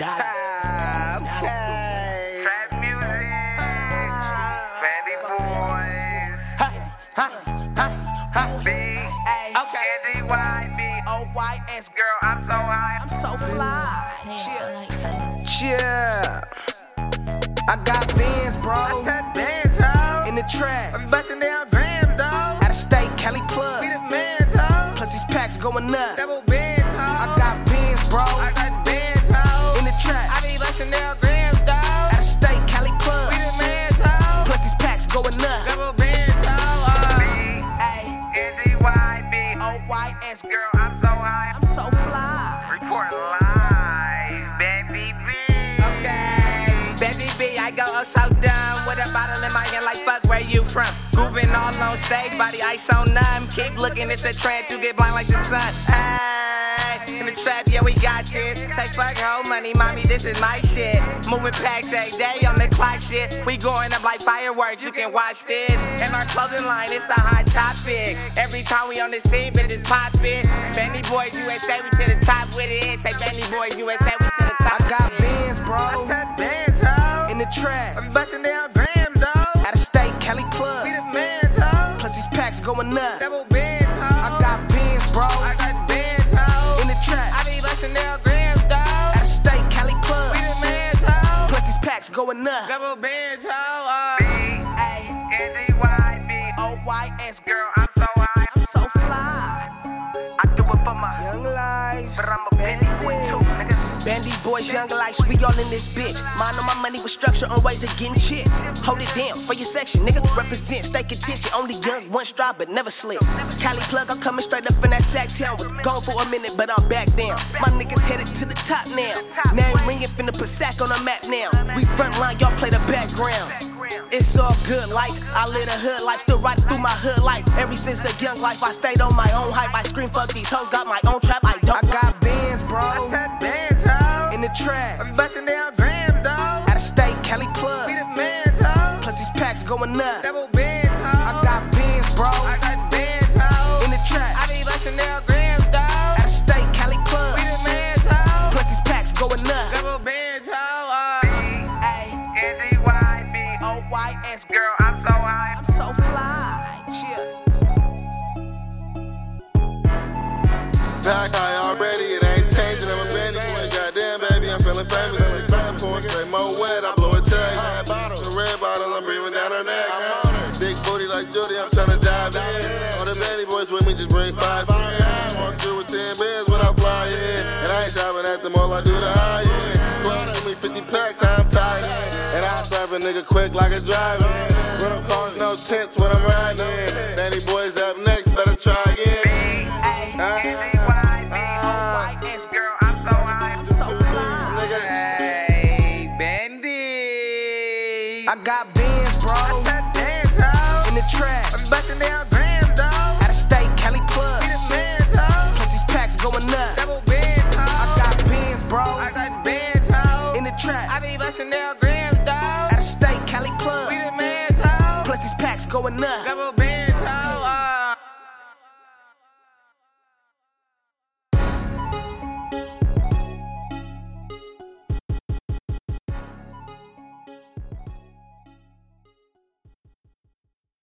Ah, Dollar. Okay. Trap music, Fanny Boys, B, Okay. N-D-Y-B. O Y S. Girl, I'm so high. I'm so fly. I like this. Yeah. I got bands, bro. Touch bands, ho. In the trap. I'm busting down grams, dog. Out of state, Cali Be plug. the man's, ho. Plus these packs going up. Double bands, ho. I got bands, bro. I got bands, ho. In the I trap. be busting down grams, dog. Out of state, Cali plug. Be the man's, ho. Plus these packs going up. Double bands, Uh. ho. Ay. B, N-D-Y-B. O Y S. Girl, I'm so high. I'm so fly. Report live, baby B. Okay. Baby B, I go up so dumb with a bottle in my hand, like fuck where you from? Grooving all on stage, body ice on numb. Keep looking, it's a trend, you get blind like the sun. Ayy, in the trap, yeah, we got this. Say fuck hoe money, mommy, this is my shit. Moving packs every day on the clock shit. We going up like fireworks, you can watch this. In our clothing line, it's the hot topic. Every time we on the scene, bitches pop it. Benny Boys USA, we to the top with it. Say Benny Boys USA, we to the top. I got with it. bands, bro. Touch bands, ho. In the trap. I'm busting down grams, dog. Out of state, Cali Be plug. the man's, ho. Plus these packs going up. Double bands, ho. I got bands, bro. I got bands, ho. In the I trap. be busting down grams, Out dog. of state, Cali plug. Be the man's, ho. Plus these packs going up. Double bands, ho. Ay. N-D-Y-B. O Y S. Girl, I'm so high. I'm so fly. I do it for my. Young life. But I'm a Benny boy, too, nigga. Bandy boys, young life, we all in this bitch. Mind on my money with structure on ways of getting shit. Hold it down for your section, nigga. Represent, stay contention. Only young, one stride, but never slip. Cali plug, I'm coming straight up in that sack town. Was gone for a minute, but I'm back down. My niggas headed to the top now. Name ringing, finna put sack on the map now. We front line, y'all play the background. It's all good, like I live a hood life, still riding through my hood life. Ever since a young life, I stayed on my own hype. I scream, fuck these hoes, got my own trap. I don't. I got bands, bro. Touch bands, ho. In the trap. I'm busting down grams, dog. Out of state, Cali Be plug. the man's, ho. Plus these packs going up. Double bands, ho. I got bands, bro. I got bands, ho. In the I trap. be busting down grams, dog. Out of state, Cali plug. Be the man's, ho. Plus these packs going up. Double bands, ho. Ay, N-D-Y-B. O Y S, girl, Girl, I'm so high. I'm so fly. Yeah. Back high already, it ain't changing. I'm a bandit boy, goddamn baby, I'm feeling famous. I'm like fat boy, straight mo wet. I blow a check. The red bottle, I'm breathing down her neck. Big booty like Judy, I'm tryna dive in. All the bandit boys with me, just bring five in. Walk through with ten bands when I fly in, and I ain't shopping at the mall, I do the high end. Plus, give me 50 packs, I'm tired. And I slap a nigga quick like a driver. Real cars, no tents when I'm riding. Bandit boys up next, better try again. Uh.